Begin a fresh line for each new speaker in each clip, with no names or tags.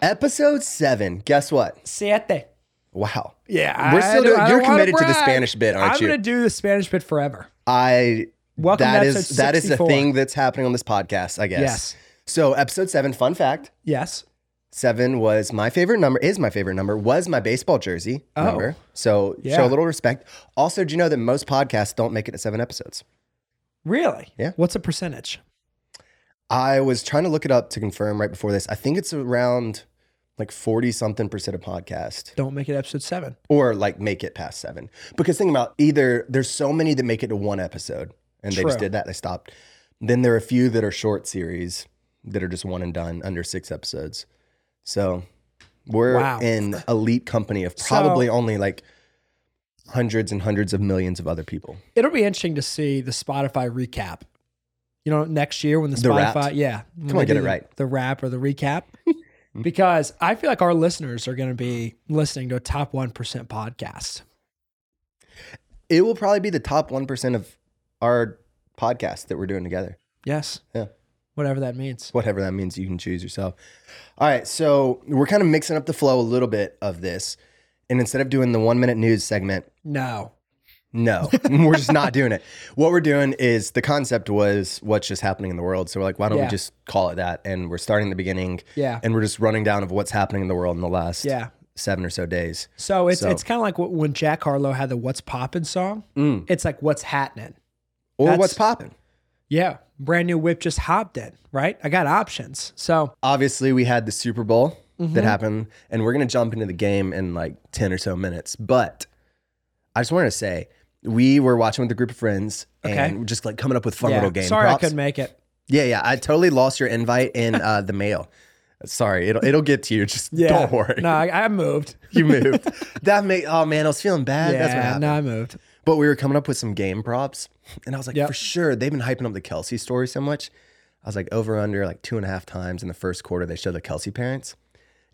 Episode seven. Guess what?
Siete.
Wow.
Yeah,
We're
I
still
don't-
doing-
I
you're
don't wanna
committed to the
brag.
Spanish bit, aren't
I'm
you?
I'm gonna do the Spanish bit forever.
I
Welcome
that
to
is
episode
that is a
64.
thing that's happening on this podcast, I guess.
Yes.
So episode seven, fun fact.
Yes.
Seven was my favorite number, is my favorite number, was my baseball jersey
Oh.
number. So
Yeah.
show a little respect. Also, do you know that most podcasts don't make it to seven episodes?
Really?
Yeah.
What's a percentage?
I was trying to look it up to confirm right before this. I think it's around like 40 something percent of podcast
Don't make it episode seven.
or like make it past seven. Because think about either there's so many that make it to one episode and they just
True.
did that, they stopped. Then there are a few that are short series that are just one and done under six episodes. So we're
Wow.
in elite company of
So-
probably only like hundreds and hundreds of millions of other people.
It'll be interesting to see the Spotify recap. You know, next year when the,
The
Spotify,
wrapped?
yeah, when
Come on,
they
get
do
it
the-
right.
The rap or the recap, because I feel like our listeners are going to be listening to a top one percent podcast.
It will probably be the top 1% of our podcast that we're doing together.
Yes.
Yeah.
Whatever that means.
whatever that means you can choose yourself all right so we're kind of mixing up the flow a little bit of this and instead of doing the one minute news segment
No.
no we're just not doing it what we're doing is the concept was what's just happening in the world so we're like why don't
Yeah.
we just call it that and we're starting the beginning
Yeah.
and we're just running down of what's happening in the world in the last
Yeah.
seven or so days
So it's
So-
it's kind of like what, when Jack Harlow had the "What's Poppin" song.
Mm.
It's like "What's Happening."
or
That's-
what's popping
Yeah, brand new whip just hopped in. Right, I got options. So
obviously we had the super bowl
Mm-hmm.
that happened and we're going to jump into the game in like 10 or so minutes but i just wanted to say we were watching with a group of friends
Okay.
and we're just like coming up with fun
yeah.
little game
sorry
props.
I couldn't make it.
yeah yeah i totally lost your invite in uh, the mail sorry it'll, it'll get to you just
Yeah,
don't worry
No, I, I moved.
you moved that made oh man i was feeling bad
yeah,
that's what happened
no, I moved.
but we were coming up with some game props and i was like
Yep.
for sure they've been hyping up the kelsey story so much i was like over under like two and a half times in the first quarter they showed the kelsey parents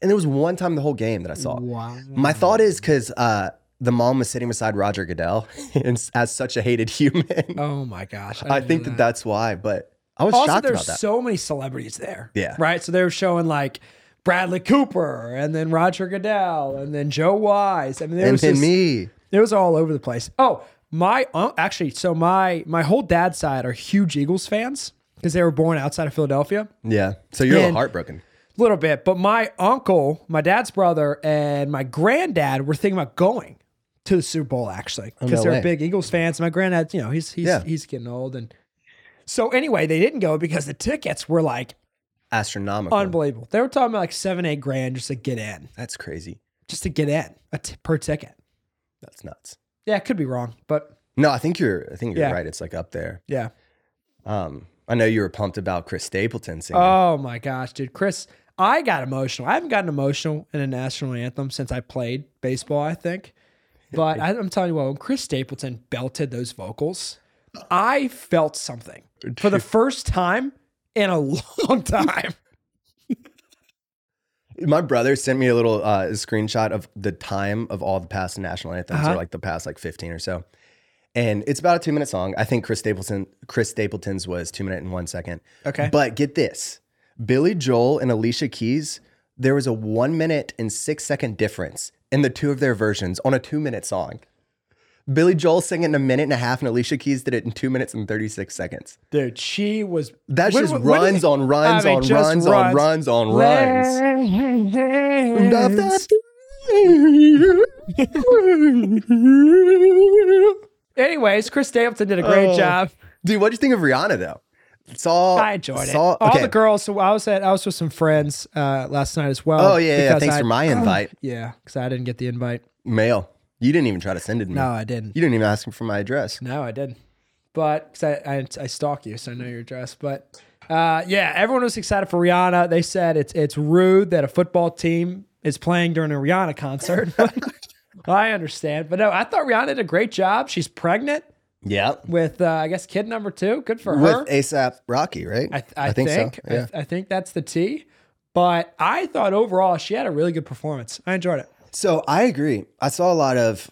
and there was one time the whole game that i saw
Wow.
my thought is because uh, the mom was sitting beside roger goodell and s- as such a hated human
Oh my gosh.
i
didn't
think
know
that that's why but i was
also
shocked
there's
about that
so many celebrities there.
Yeah.
Right. So they were showing like Bradley Cooper and then Roger Goodell and then Joe Wise. I mean, there
and
was
then
just-
me
It was all over the place. Oh, my un- actually, so my my whole dad's side are huge Eagles fans because they were born outside of Philadelphia,
yeah so you're a little
And-
heartbroken
a little bit. But my uncle, my dad's brother, and my granddad were thinking about going to the Super Bowl actually because
no
they're
way.
big Eagles fans. My granddad, you know, he's he's
Yeah.
he's getting old, and so anyway, they didn't go because the tickets were like
astronomical
unbelievable. They were talking about like seven eight grand just to get in,
that's crazy
just to get in a t- per ticket.
that's nuts
Yeah, it could be wrong, but
no i think you're i think you're
Yeah.
right it's like up there
yeah.
um i know you were pumped about chris stapleton singing
Oh my gosh, dude, Chris, I got emotional. I haven't gotten emotional in a national anthem since I played baseball, I think. But I, I'm telling you what, when Chris Stapleton belted those vocals, I felt something for the first time in a long time.
My brother sent me a little uh, screenshot of the time of all the past national anthems,
Uh-huh.
or like the past like fifteen or so, and it's about a two minute song. I think Chris Stapleton, Chris Stapleton's was two minute and one second.
Okay.
But get this, Billy Joel and Alicia Keys, there was a one minute and six second difference in the two of their versions on a two minute song. Billy Joel sang it in a minute and a half, and Alicia Keys did it in two minutes and thirty six seconds.
Dude, she was
That
When-
just
when- when
runs
did-
on runs
I mean,
on
just
runs, on runs on runs.
runs. Anyways, Chris Stapleton did a great
Oh.
job.
Dude, what do you think of Rihanna though? It's all
I enjoyed it.
saw-
All
okay.
the girls. So I was at I was with some friends uh, last night as well.
Oh yeah, yeah, yeah.
because
Thanks
I-
for my invite.
Yeah, because I didn't get the invite.
Mail. You didn't even try to send it to me.
No, I didn't.
You didn't even ask for my address.
No, I didn't. But because I, I I stalk you, so I know your address. But uh, yeah, everyone was excited for Rihanna. They said it's it's rude that a football team is playing during a Rihanna concert. I understand, but no, I thought Rihanna did a great job. She's pregnant
Yeah.
with, uh, I guess, kid number two. Good for her.
With ASAP Rocky, right?
I, th- I,
think,
think,
so. Yeah.
I, I think that's the T. But I thought overall she had a really good performance. I enjoyed it.
So I agree. I saw a lot of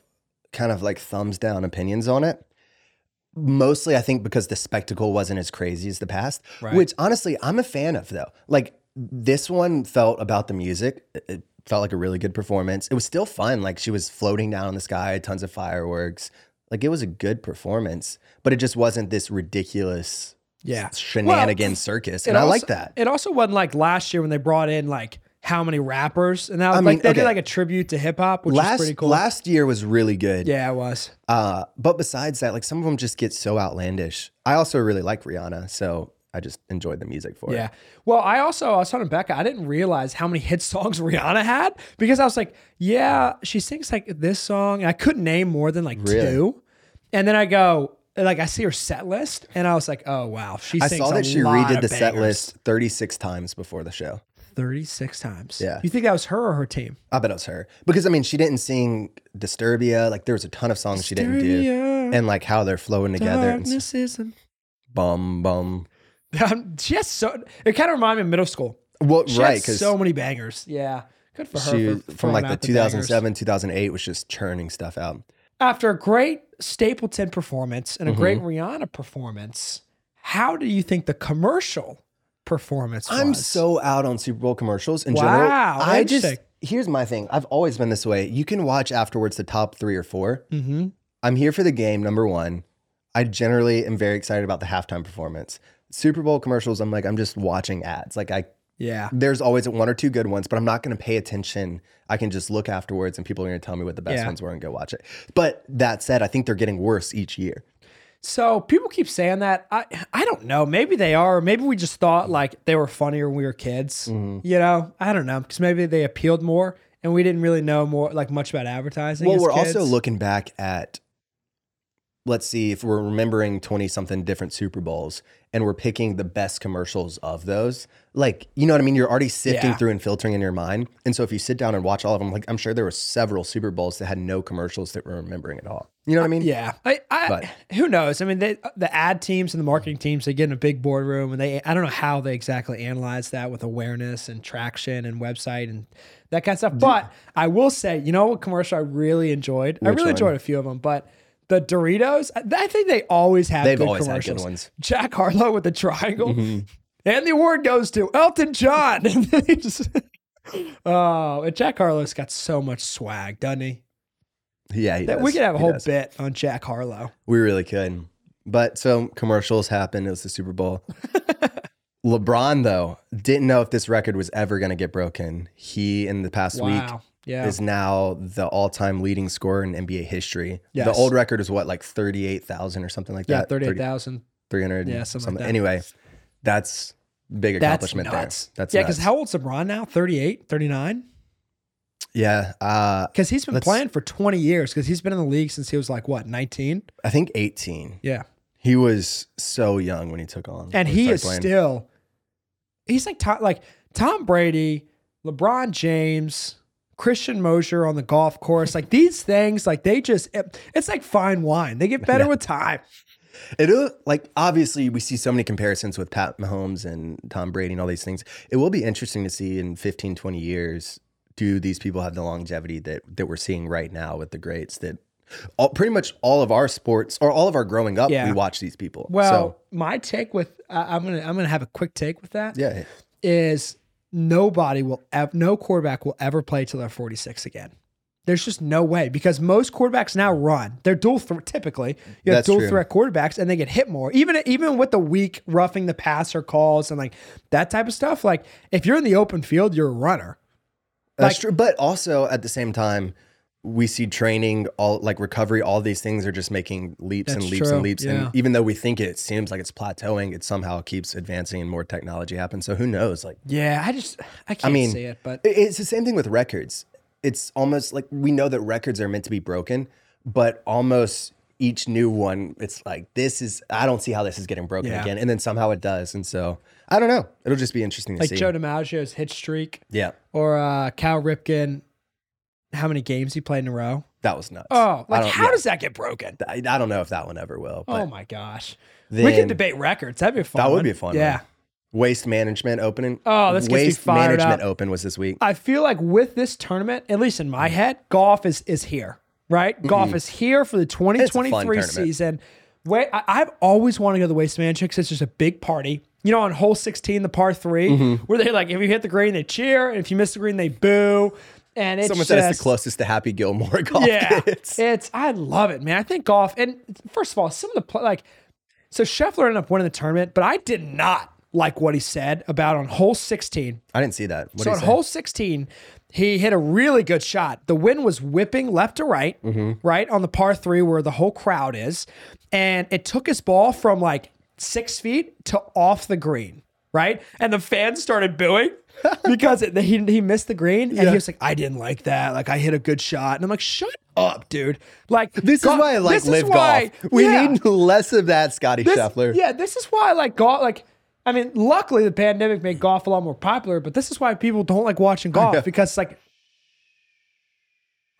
kind of like thumbs down opinions on it. mostly I think because the spectacle wasn't as crazy as the past,
Right.
which honestly I'm a fan of though. Like this one felt about the music. It- It felt like a really good performance. It was still fun. Like she was floating down in the sky, tons of fireworks. Like it was a good performance, but it just wasn't this ridiculous
Yeah.
shenanigan circus.
It
And I
also-
like that.
It also wasn't like last year when they brought in like how many rappers and that was
I
like
mean,
they
okay.
did like a tribute to hip hop, which was pretty
Last
cool.
last year was really good.
yeah, it was.
Uh, but besides that, like some of them just get so outlandish. I also really like Rihanna, so I just enjoyed the music for
Yeah.
it.
Well, I also I was telling Becca I didn't realize how many hit songs Rihanna had because I was like, yeah, she sings like this song. And I couldn't name more than like
Really?
two, and then I go like I see her set list and I was like, oh wow, she.
I
sings
saw
a
that she
lot
redid
of
the set
bangers.
list 36 times before the show.
thirty six times.
Yeah.
You think that was her or her team?
I bet it was her. Because I mean, she didn't sing Disturbia. Like there was a ton of songs she didn't do.
Disturbia,
And like how they're flowing together. and s-
darkness isn't
Bum bum.
Um, she has so. It kind of reminded me of middle school.
Well,
She
right,
had
because
so many bangers. Yeah, good for her.
she
for
from
throwing
like the
out bangers.
2007, 2008 was just churning stuff out.
After a great Stapleton performance
Mm-hmm.
and a great Rihanna performance, how do you think the commercial performance?
I'm
was?
so out on Super Bowl commercials in general.
Wow,
I just
interesting.
here's my thing. I've always been this way. You can watch afterwards the top three or four.
Mhm.
I'm here for the game. Number one. I generally am very excited about the halftime performance. Super Bowl commercials. I'm like I'm just watching ads. Like I
Yeah,
there's always one or two good ones, but I'm not going to pay attention. I can just look afterwards, and people are going to tell me what the best
Yeah.
ones were and go watch it. But that said, I think they're getting worse each year.
So people keep saying that. I I don't know. Maybe they are. Maybe we just thought like they were funnier when we were kids.
Mm-hmm.
You know, I don't know because maybe they appealed more and we didn't really know more like much about advertising.
Well,
as
we're
kids.
also looking back at, let's see, if we're remembering 20 something different Super Bowls and we're picking the best commercials of those, like, you know what I mean? You're already sifting
Yeah.
through and filtering in your mind. And so if you sit down and watch all of them, like, I'm sure there were several Super Bowls that had no commercials that we're remembering at all. You know what I mean?
Uh, Yeah, I, I
But-
who knows? I mean, they, the ad teams and the marketing teams they get in a big boardroom and they I don't know how they exactly analyze that with awareness and traction and website and that kind of stuff. But I will say, you know, what commercial I really enjoyed. I
Which
really
one?
enjoyed a few of them, but the Doritos, I, I think they always have.
They've
good
always had
commercials. Mm-hmm.
good ones. Mm-hmm.
Jack Harlow with the triangle. And the award goes to Elton John. And then he just- oh, and Jack Harlow's got so much swag, doesn't he?
Yeah. he
That we
does.
could have a
He
whole
does.
bit on Jack Harlow.
We really could. But so commercials happened. It was the Super Bowl. LeBron, though, didn't know if this record was ever going to get broken. He, in the past week,
Yeah.
is now the all time leading scorer in NBA history. The
Yes.
old record is what, like 38,000 or something like
yeah,
that?
38,000.
300.
Yeah,
Yeah,
something like
something.
that.
Anyway, that's big
That's
accomplishment
nuts.
there. That's
yeah, because
nuts.
how old's LeBron now? 38, 39?
Yeah. Uh,
Because he's been
Let's-
playing for 20 years because he's been in the league since he was like, what, 19?
I think 18.
Yeah.
He was so young when he took on. when
And he
started
is
playing.
still, he's like Tom, like Tom Brady, LeBron James, Christian Mosier on the golf course. Like these things, like they just, it- it's like fine wine. They get better with time.
It will like obviously we see so many comparisons with Pat Mahomes and Tom Brady and all these things. It will be interesting to see in 15, 20 years, do these people have the longevity that that we're seeing right now with the greats that all, pretty much all of our sports or all of our growing up,
Yeah.
we watch these people.
Well, my take with, I I'm going to, I'm going to have a quick take with that.
so, yeah.
is nobody will ever, no quarterback will ever play till they're 46 again. There's just no way because most quarterbacks now run. They're dual threat typically. You have
That's
dual
true.
threat quarterbacks and they get hit more. Even even with the weak roughing the passer calls and like that type of stuff. Like if you're in the open field, you're a runner.
That's
Like-
true. But also at the same time, we see training, all like recovery, all these things are just making leaps and
That's
leaps
true,
and leaps.
yeah.
And even though we think it seems like it's plateauing, it somehow keeps advancing and more technology happens. So who knows? Like
Yeah, I just I can't
mean,
see it, but
It- It's the same thing with records. It's almost like we know that records are meant to be broken, but almost each new one, it's like, this is, I don't see how this is getting broken
Yeah.
again. And then somehow it does. And so I don't know. It'll just be interesting to
like
see.
Joe DiMaggio's hit streak
yeah,
or uh Cal Ripken, how many games he played in a row?
that was nuts.
Oh,
I
like
don't,
how
yeah.
does that get broken?
I, I don't know if that one ever will. But
oh my gosh. we
then
can debate records. That'd be a fun.
That would
one.
be a fun one.
Yeah.
waste management opening.
Oh, this gets me
waste
fired
management
up.
open was this week.
I feel like with this tournament, at least in
Mm.
my head, golf is is here. Right? Golf is here for the 2023
tournament.
season. Wait, I, I've always wanted to go to the Waste Mansion because it's just a big party. You know, on hole 16, the par 3
Mm-hmm.
where they like, if you hit the green, they cheer. And if you miss the green, they boo. And it's
Someone
just,
said it's the closest to Happy Gilmore golf
yeah,
kids.
it's I love it, man. I think golf, and first of all, some of the play, like, so Scheffler ended up winning the tournament, but I did not like what he said about on hole sixteen.
I didn't see that. What
So
do
on
you say?
hole sixteen, he hit a really good shot. The wind was whipping left to right,
Mm-hmm.
right on the par three where the whole crowd is, and it took his ball from like six feet to off the green. Right, and the fans started booing because it, he he missed the green, and he was like, "I didn't like that. Like, I hit a good shot," and I'm like, "Shut up, dude!" Like,
this is why I like live golf. We need less of that, Scotty
this-
Scheffler.
Yeah, this is why I like golf. Like, I mean, luckily the pandemic made golf a lot more popular, but this is why people don't like watching golf because it's like,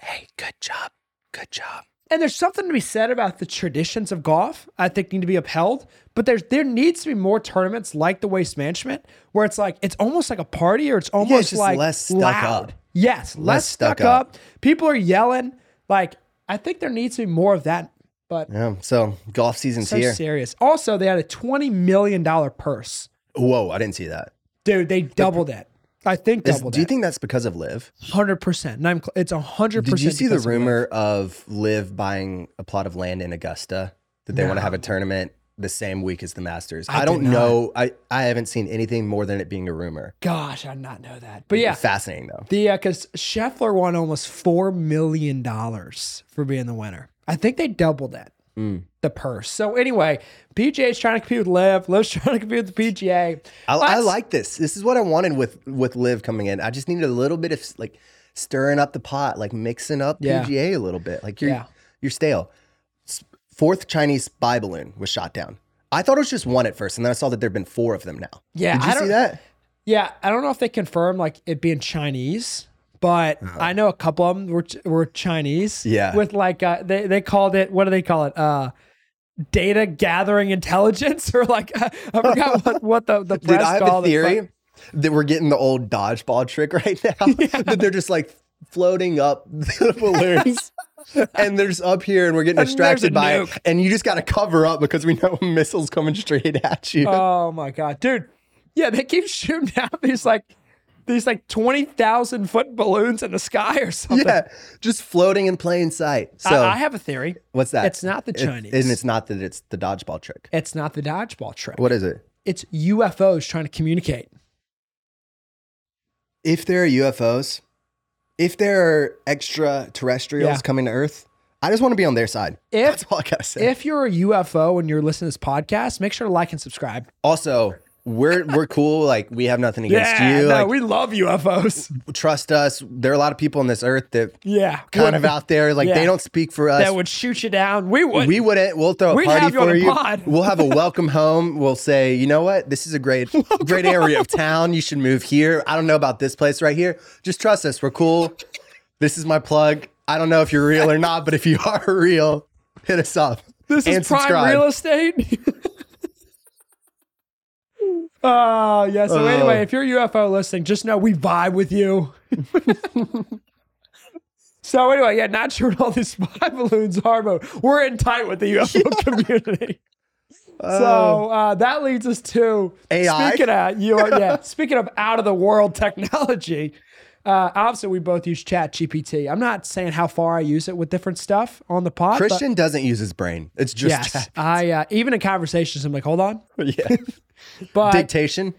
Hey, good job. Good job.
and there's something to be said about the traditions of golf. I think need to be upheld, but there's there needs to be more tournaments like the Waste Management where it's like it's almost like a party or it's almost
just
like
less stuck
loud.
up.
Yes, less, stuck,
stuck
up. People are yelling. Like, I think there needs to be more of that. But
Yeah. So golf season's
so
here.
serious. Also, they had a twenty million dollar purse.
Whoa, I didn't see that.
Dude, they doubled it. I think
Is-
doubled
do you
it.
think that's because of Live?
Hundred percent. Not even cl- it's hundred
Did
percent.
you see the
because of
rumor of Live buying a plot of land in Augusta that they want to have a tournament the same week as the Masters? I, don't
did not.
know. I, I haven't seen anything more than it being a rumor.
that. Gosh, I did not know that. But yeah,
Fascinating though.
the because Scheffler won almost four million dollars for being the winner. I think they doubled that.
Hmm.
The purse. So anyway, PGA is trying to compete with Liv. Liv's trying to compete with the PGA.
I, I
Let's-
like this. This is what I wanted with with Live coming in. I just needed a little bit of like stirring up the pot, like mixing up
Yeah.
PGA a little bit. Like you're
Yeah.
you're stale. S- Fourth Chinese spy balloon was shot down. I thought it was just one at first, and then I saw that there've been four of them now.
Yeah,
Did you
I
see
don't-
that?
Yeah, I don't know if they confirmed like it being Chinese, but I know a couple of them were were Chinese.
Uh-huh. Yeah.
with like uh, they they called it what do they call it? Uh, data gathering intelligence or like I forgot what, what the the
Dude,
press
I have a
called it, but-
theory that we're getting the old dodgeball trick right now. That they're just like floating up the balloons. And they're just up here, and we're getting
And there's a
distracted by
nuke.
it. And you just got to cover up because we know a missiles coming straight at you.
Oh my god, dude! Yeah, they keep shooting down these like these like twenty thousand foot balloons in the sky or something.
yeah, just floating in plain sight. So
I, I have a theory.
what's that?
It's not the
It's-
Chinese.
and it's not that it's the dodgeball trick.
It's not the dodgeball trick.
What is it?
It's UFOs trying to communicate.
If there are UFOs, if there are extraterrestrials
Yeah.
coming to Earth, I just want to be on their side.
If-
That's all I gotta say.
If you're a UFO and you're listening to this podcast, make sure to like and subscribe.
also, we're we're cool. Like we have nothing against you.
no,
like
we love UFOs.
trust us. There are a lot of people on this Earth that
Yeah,
kind of out there. Like
Yeah.
they don't speak for us.
that would shoot you down. We would.
we wouldn't. We'll throw a
We'd
party
have you on
for
the
you.
pod.
We'll have a welcome home. We'll say, you know what? This is a great, great area of town. You should move here. I don't know about this place right here. Just trust us. We're cool. This is my plug. I don't know if you're real or not, but if you are real, hit us up.
this
and
is prime
subscribe.
real estate. Oh, yeah. So,
Oh.
anyway, if you're a UFO listening, just know we vibe with you. so, anyway, yeah, not sure what all these spy balloons are, but we're in tight with the UFO community.
Oh.
So uh, that leads us to
AI?
Speaking of you, are- yeah. speaking of out of the world technology, uh, obviously we both use Chat GPT. I'm not saying how far I use it with different stuff on the pod. but-
Christian doesn't use his brain. It's just
yes, I uh, even in conversations I'm like, hold on,
yeah.
but
dictation.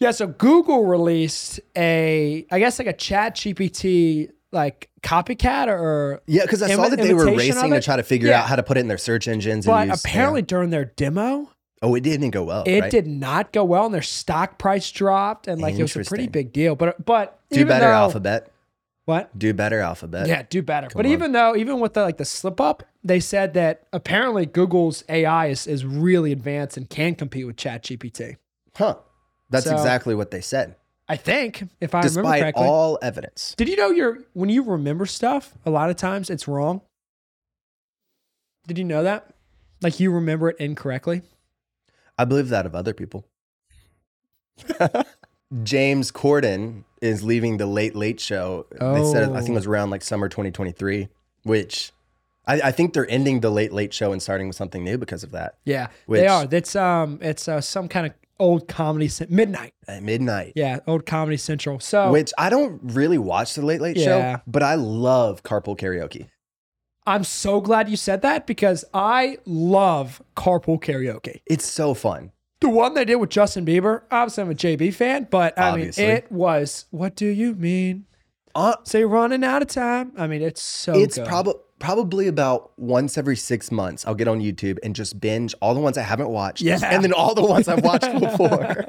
yeah. So Google released a, I guess like a Chat GPT like copycat or
Yeah, because I saw
Imi-
that they were
imitation of
racing to
it?
try to figure
Yeah.
out how to put it in their search engines.
But
and use,
apparently during their demo,
yeah. oh, it didn't go well.
it
right?
did not go well, and their stock price dropped, and like it was a pretty
Interesting.
big deal. But but
Do
even
better,
though-
Alphabet.
What?
Do better, Alphabet.
Yeah, do better. but even though, even with the like the slip up, they said that apparently Google's AI is, is really advanced and can compete with ChatGPT.
Huh. That's
So-
exactly what they said,
I think, if I remember
despite
correctly.
all evidence.
Did you know your when you remember stuff, a lot of times it's wrong? Did you know that? Like you remember it incorrectly?
I believe that of other people. James Corden is
Oh.
leaving the Late Late Show. They said, I think it was around like summer 2023, which I I, I think they're ending the Late Late Show and starting with something new because of that.
Yeah,
Which-
they are. That's um, it's uh, some kind of old comedy cent- midnight.
At midnight.
Yeah, old comedy central. So
Which I don't really watch the Late Late
Yeah.
Show, but I love carpool karaoke.
I'm so glad you said that because I love carpool karaoke.
It's so fun.
The one they did with Justin Bieber. Obviously, I'm a JB fan, but I
Obviously.
mean, it was. What do you mean?
Uh,
Say running out of time. I mean, it's so.
it's
good.
probably probably about once every six months. I'll get on YouTube and just binge all the ones I haven't watched,
Yeah.
and then all the ones I've watched before.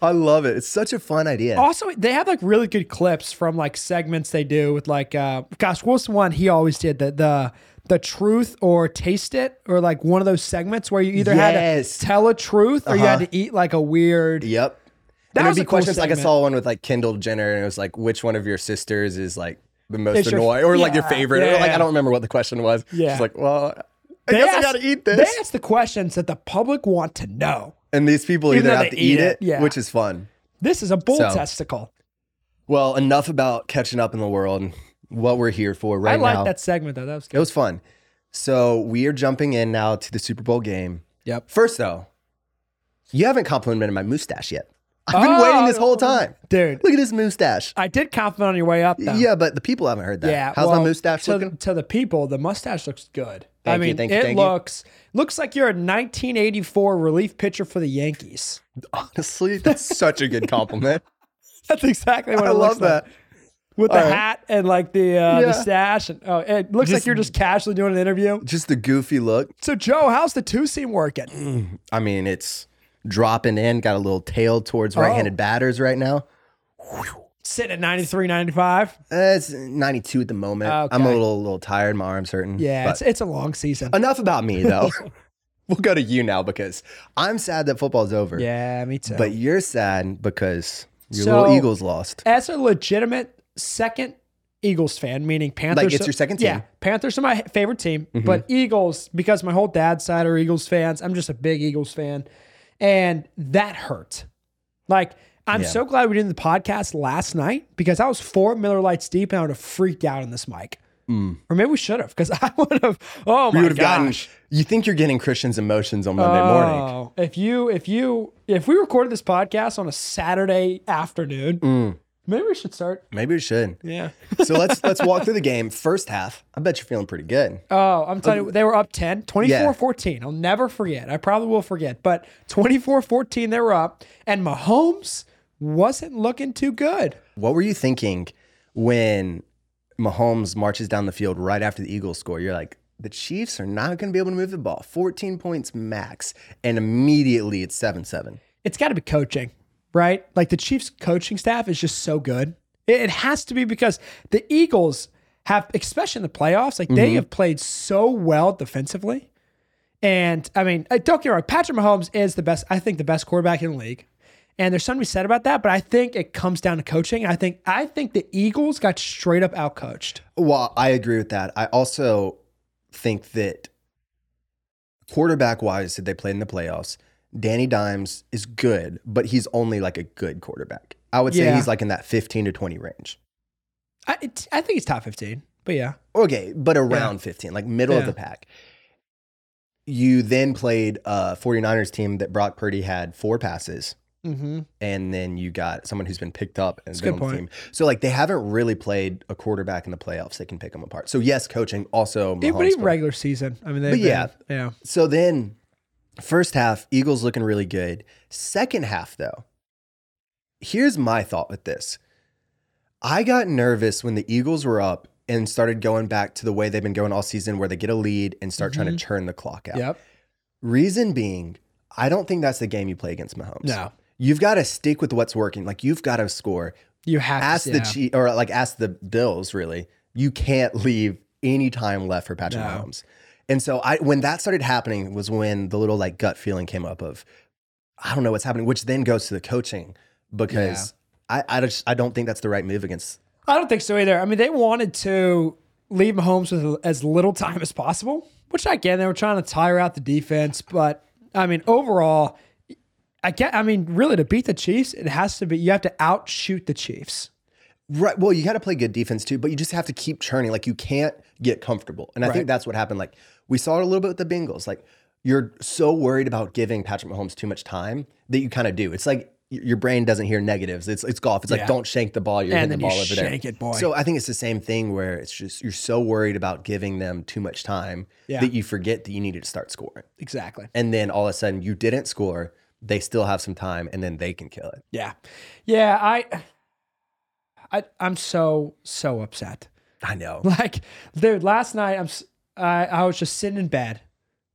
I love it. It's such a fun idea.
Also, they have like really good clips from like segments they do with like uh gosh, what's the one he always did the the the truth or taste it or like one of those segments where you either had
Yes.
to tell a truth or you had
Uh-huh.
to eat like a weird
Yep.
That
and
was
there'd be
a cool
questions like I
segment.
saw one with like Kendall Jenner, and it was like, which one of your sisters is like the most
It's your-
annoying, or like your
yeah,
favorite, or like
yeah.
I don't remember what the question was.
Yeah.
She's like, well, I
They
guess I
ask-
gotta eat
They
this.
ask the questions that the public want to know.
And these people
Even
either
though
have
they
to eat,
eat
it,
it, yeah.
which is fun.
This is a bull
So,
testicle.
Well, enough about catching up in the world. and What we're here for right
I like
now.
that segment though. That was
It
good.
was fun. So we are jumping in now to the Super Bowl game.
Yep.
First though, you haven't complimented my mustache yet. I've been waiting
Oh,
this whole time.
Dude,
Look at this mustache.
I did compliment on your way up though.
Yeah, but the people haven't heard that.
Oh. Yeah.
How's
well,
my mustache
to,
looking?
To the people, the mustache looks good. I
Thank you,
mean,
thank you,
it
thank you.
looks looks like you're a 1984 relief pitcher for the Yankees.
Honestly, that's such a good compliment.
That's exactly what
I
it
love
looks
that.
like. With the
All right.
hat and like the uh,
Yeah.
the stash, and oh, it looks like
Just-
you're just casually doing an interview.
Just the goofy look.
So, Joe, how's the two seam working?
I mean, it's dropping in, got a little tail towards
Oh.
right-handed batters right now.
Sitting at 93, 95.
Uh, it's 92 at the moment. I'm a
Okay.
little little tired. My arm's hurting.
Yeah,
but-
it's, it's a long season.
Enough about me, though. we'll go to you now because I'm sad that football's over.
yeah, me too.
But you're sad because your
So- oh
little Eagles lost.
as a legitimate second Eagles fan, meaning Panthers.
it's your second
Yeah,
team. Mm-hmm.
Panthers are my favorite team, but Eagles because my whole dad's side are Eagles fans. I'm just a big Eagles fan, and that hurt. Like I'm
Yeah.
so glad we did the podcast last night because I was four Miller Lights deep and I would have freaked out on this mic. Or maybe we should have because I would have. Oh my
You would have Mm. gotten.
gosh!
You think you're getting Christian's emotions on Monday morning?
Oh, if you if you if we recorded this podcast on a Saturday afternoon,
Mm.
maybe we should start.
Maybe we should.
Yeah.
So let's let's walk through the game. First half, I bet you're feeling pretty good.
Oh, I'm telling you, they were up 10, 24
Yeah.
14. I'll never forget. I probably will forget, but 24 14, they were up, and Mahomes wasn't looking too good.
What were you thinking when Mahomes marches down the field right after the Eagles score? You're like, the Chiefs are not going to be able to move the ball. 14 points max, and immediately it's seven seven.
It's got to be coaching, right? Like the Chiefs' coaching staff is just so good. It, it has to be because the Eagles have, especially in the playoffs, like
Mm-hmm.
they have played so well defensively. And I mean, uh, don't get me wrong, Patrick Mahomes is the best, I think the best quarterback in the league. And there's something to be said about that, but I think it comes down to coaching. I think I think the Eagles got straight up out coached.
Well, I agree with that. I also think that quarterback wise, that they played in the playoffs, Danny Dimes is good, but he's only like a good quarterback. I would say
Yeah.
he's like in that 15 to 20 range.
I, it's, I think he's top 15, but yeah.
Okay, but around 15, like middle of
Yeah.
the pack. You then played a 49ers team that Brock Purdy had four passes,
Mm-hmm.
and then you got someone who's been picked up and
a
been
good
on the team. So, like, they haven't really played a quarterback in the playoffs that can pick them apart. So, yes, coaching, also
It would
Mahomes'
be
play.
regular season. I mean, they
But yeah.
yeah, yeah.
So then, first half, Eagles looking really good. Second half, though, here's my thought with this I got nervous when the Eagles were up and started going back to the way they've been going all season, where they get a lead and start trying
Mhm.
to churn the clock out.
Yep.
Reason being, I don't think that's the game you play against Mahomes.
No,
You've got to stick with what's working. Like you've got to score.
you have
Ask
to,
the
yeah.
Chief or like ask the Bills really. You can't leave any time left for Patrick
No.
Mahomes. And so I when that started happening was when the little like gut feeling came up of I don't know what's happening, which then goes to the coaching because I I just I don't think that's the right move against
I don't think so either. I mean, they wanted to leave Mahomes with as little time as possible, which I get. They were trying to tire out the defense, but I mean, overall, I get. I mean, really, to beat the Chiefs, it has to be you have to outshoot the Chiefs.
Right. Well, you got to play good defense too, but you just have to keep churning. Like you can't get comfortable. And I think
Right.
that's what happened. Like we saw it a little bit with the Bengals. Like you're so worried about giving Patrick Mahomes too much time that you kind of do. It's like y- your brain doesn't hear negatives. It's it's golf. It's like
Yeah.
don't shank the ball. You're
And
hitting
then
the
you
ball over there.
shank it, boy.
So I think it's the same thing where it's just you're so worried about giving them too much time
Yeah.
that you forget that you needed to start scoring.
Exactly.
And then all of a sudden you didn't score. They still have some time, and then they can kill it.
Yeah. Yeah, I I I'm so so upset.
I know.
Like, dude, last night I'm s- I I was just sitting in bed,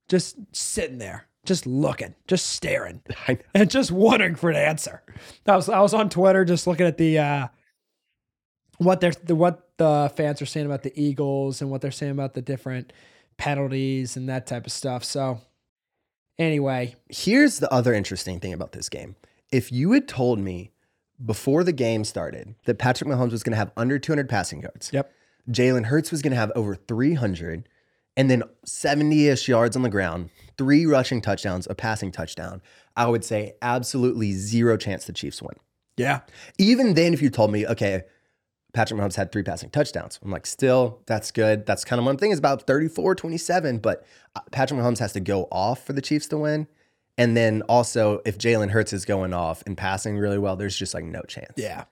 just sitting there, just looking, just staring,
I know.
and just wondering for an answer. I was I was on Twitter just looking at the uh, what they're the, what the fans are saying about the Eagles and what they're saying about the different penalties and that type of stuff. So, anyway,
here's the other interesting thing about this game. If you had told me before the game started that Patrick Mahomes was going to have under 200 passing yards,
yep,
Jalen Hurts was going to have over 300, and then 70 ish yards on the ground, three rushing touchdowns, a passing touchdown, I would say absolutely zero chance the Chiefs win.
yeah,
Even then, if you told me, okay, Patrick Mahomes had three passing touchdowns, I'm like, still, that's good. That's kind of one thing. It's about 34 27, but uh, Patrick Mahomes has to go off for the Chiefs to win. And then also, if Jalen Hurts is going off and passing really well, there's just like no chance.
yeah,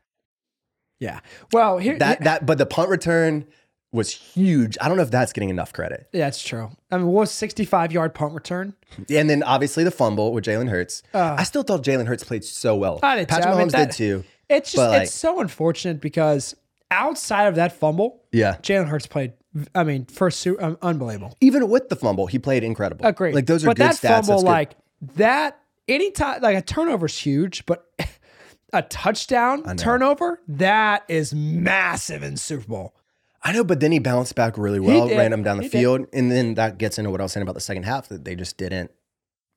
yeah. Well, here
That, that, but the punt return was huge. I don't know if that's getting enough credit.
yeah, that's true. I mean, what was sixty-five yard punt return?
And then obviously the fumble with Jalen Hurts.
Uh.
I still thought Jalen Hurts played so well.
I did too.
Patrick
I mean,
Mahomes
that-
did too.
It's just
But, like-
it's so unfortunate because outside of that fumble,
Yeah.
Jalen Hurts played. I mean, first su- um, unbelievable.
Even with the fumble, he played incredible.
Uh, great.
Like those are
but
good
that
stats. That's
fumble,
good.
like that, anytime like a turnover's huge, but a touchdown turnover that is massive in Super Bowl.
I know, but then he bounced back really well,
did.
ran him down the
He did.
field, and then that gets into what I was saying about the second half that they just didn't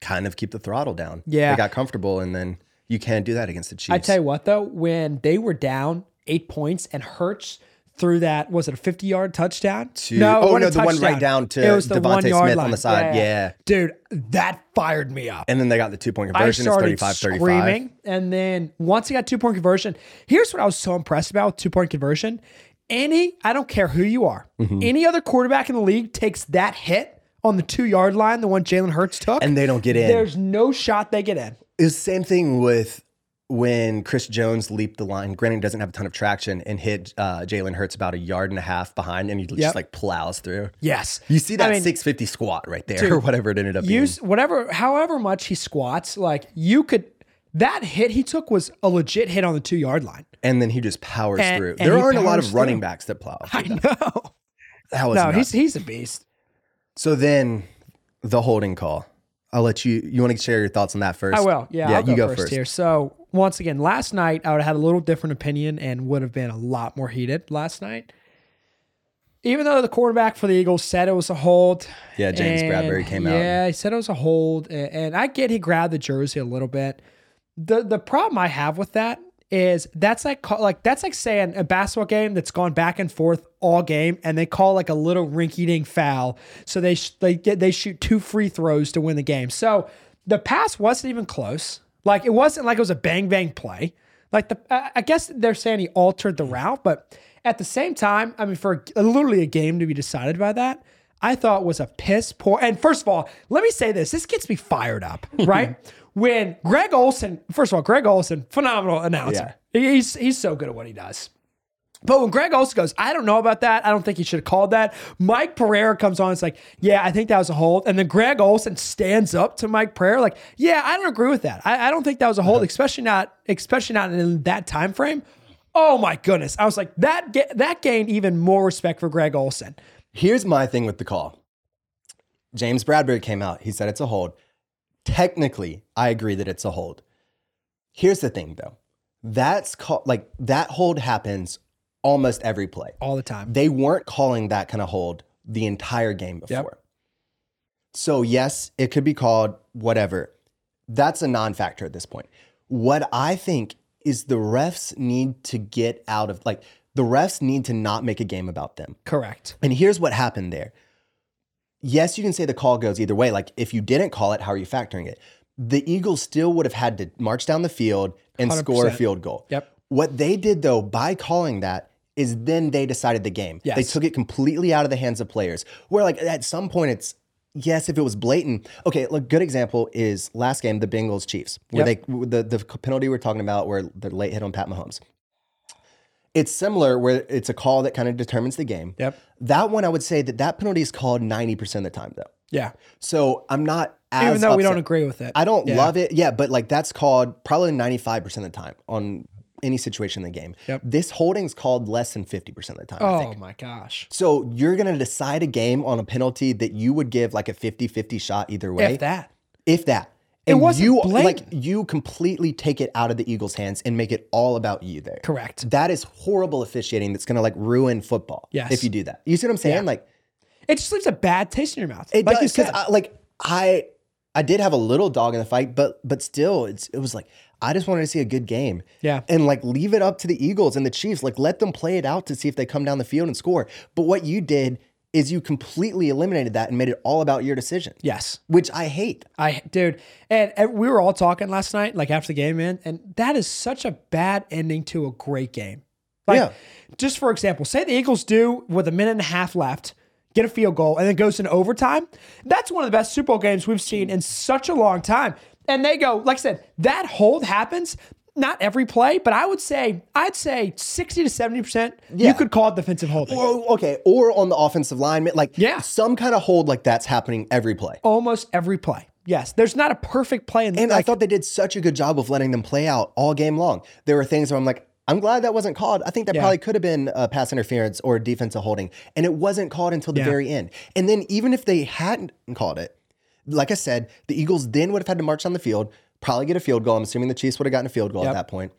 kind of keep the throttle down.
Yeah.
they got comfortable, and then you can't do that against the Chiefs.
I tell you what, though, when they were down eight points and Hurts threw that, was it a fifty-yard touchdown?
To- oh
what a
no, the one right
touchdown.
down to
It was the
Devontae Smith
one-yard
on
line.
the side. Yeah.
Yeah. dude, that fired me up.
and then they got the two point
I
conversion. It's
started
35 35.
screaming, and then once he got two point conversion, here's what I was so impressed about with two point conversion. Any, I don't care who you are,
Mm-hmm.
any other quarterback in the league takes that hit on the two yard line, the one Jalen Hurts took,
And they don't get in.
there's no shot they get in.
It's the same thing with when Chris Jones leaped the line. Granted, he doesn't have a ton of traction and hit uh, Jalen Hurts about a yard and a half behind, and he just
Yep.
like plows through.
Yes,
You see that
I mean,
650 squat right there, or whatever it ended up being.
use whatever, however much he squats, like you could. That hit he took was a legit hit on the two yard line.
and then he just powers
And-
through.
and
There
he
aren't a lot
powers
of running
through.
backs that plow.
I know.
That was
No,
nuts.
he's he's a beast.
so then the holding call. I'll let you. You want to share your thoughts on that first?
I will. Yeah, I'll
you
go, first, here. So once again, last night I would have had a little different opinion and would have been a lot more heated last night. Even though the quarterback for the Eagles said it was a hold,
Yeah, James
and-
Bradbury came out.
Yeah, he said it was a hold, a- and, I get he grabbed the jersey a little bit. the The problem I have with that is that's like call, like that's like saying a basketball game that's gone back and forth all game, and they call like a little rink-eating foul, so they sh- they get they shoot two free throws to win the game. So the pass wasn't even close. Like it wasn't like it was a bang bang play. Like the I I guess they're saying he altered the route, but at the same time, I mean, for a, literally a game to be decided by that, I thought was a piss poor. And first of all, let me say this: this gets me fired up, right? when Greg Olson, first of all, Greg Olson, phenomenal announcer. He's he's so good at what he does. But when Greg Olson goes, I don't know about that. I don't think he should have called that. Mike Pereira comes on. It's like, yeah, I think that was a hold. And then Greg Olson stands up to Mike Pereira, like, yeah, I don't agree with that. I, I don't think that was a hold, especially not, especially not in that time frame. Oh my goodness! I was like, that ga- that gained even more respect for Greg Olson.
Here's my thing with the call. James Bradbury came out. He said it's a hold. Technically, I agree that it's a hold. Here's the thing, though. That's called like that hold happens almost every play.
all the time.
they weren't calling that kind of hold the entire game before.
Yep.
So, yes, it could be called whatever. That's a non factor at this point. What I think is the refs need to get out of, like, the refs need to not make a game about them.
Correct.
And here's what happened there. Yes, you can say the call goes either way. Like, if you didn't call it, how are you factoring it? The Eagles still would have had to march down the field and score a
100%.
field goal.
Yep.
What they did though by calling that is then they decided the game. They
Yes.
took it completely out of the hands of players. Where like at some point it's yes, if it was blatant. Okay, a good example is last game the Bengals Chiefs where they the the penalty we're talking about where the late hit on Pat Mahomes. It's similar where it's a call that kind of determines the game.
Yep.
That one I would say that that penalty is called 90% of the time though.
Yeah.
So I'm not as
Even though we
upset.
don't agree with it.
I don't
Yeah.
love it. Yeah, but like that's called probably 95% of the time on any situation in the game.
Yep.
This holding's called less than 50% of the time, I
Oh
think.
my gosh.
So you're going to decide a game on a penalty that you would give like a 50-50 shot either way.
If that.
If that.
It wasn't
you like
blatant.
you completely take it out of the Eagles' hands and make it all about you there.
Correct.
That is horrible officiating that's going to like ruin football
Yes.
if you do that. You see what I'm saying? Like
It just leaves a bad taste in your mouth.
it
like you
does because
said.
I, like I I did have a little dog in the fight, but but still, it's it was like I just wanted to see a good game.
Yeah.
and like leave it up to the Eagles and the Chiefs. Like let them play it out to see if they come down the field and score. But what you did is you completely eliminated that and made it all about your decision,
yes.
which I hate.
I dude, and, and we were all talking last night, like after the game, man, and that is such a bad ending to a great game. Like,
Yeah.
just for example, say the Eagles do with a minute and a half left, get a field goal, and then goes into overtime. That's one of the best Super Bowl games we've seen in such a long time. And they go, like I said, that hold happens. Not every play, but I would say I'd say sixty to seventy percent.
Yeah.
You could call it defensive holding.
Or, okay, or on the offensive line, like
Yeah.
some kind of hold like that's happening every play.
Almost every play. Yes, there's not a perfect play in
And
like,
I thought they did such a good job of letting them play out all game long. There were things where I'm like, I'm glad that wasn't called. I think that probably could have been uh, pass interference or defensive holding, and it wasn't called until the very end. And then even if they hadn't called it, like I said, the Eagles then would have had to march on the field, probably get a field goal. I'm assuming the Chiefs would have gotten a field goal at that point.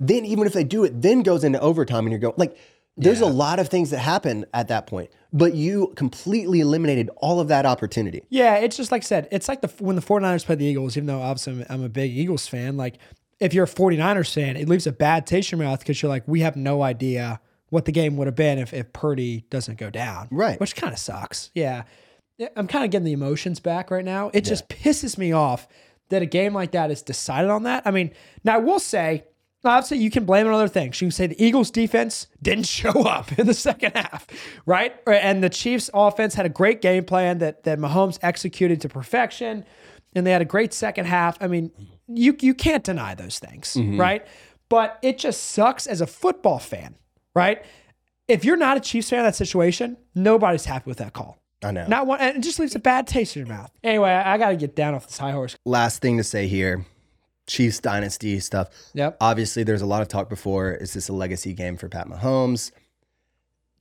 Then even if they do it, then goes into overtime, and you're going like, there's a lot of things that happen at that point, but you completely eliminated all of that opportunity.
Yeah, it's just like I said, it's like the when the 49ers play the Eagles, even though obviously I'm, I'm a big Eagles fan, like if you're a 49ers fan, it leaves a bad taste in your mouth because you're like, we have no idea what the game would have been if, if Purdy doesn't go down.
Right.
Which kind of sucks. Yeah. Yeah, I'm kind of getting the emotions back right now. It just pisses me off that a game like that is decided on that. I mean, now I will say, obviously, you can blame it on other things. You can say the Eagles' defense didn't show up in the second half, right? Or- And the Chiefs' offense had a great game plan that that Mahomes executed to perfection, and they had a great second half. I mean, you you can't deny those things, right? But it just sucks as a football fan, right? If you're not a Chiefs fan in that situation, nobody's happy with that call.
I know.
Not one, and it just leaves a bad taste in your mouth. Anyway, I, I got to get down off this high horse.
last thing to say here Chiefs dynasty stuff.
Yep.
Obviously, there's a lot of talk before. Is this a legacy game for Pat Mahomes?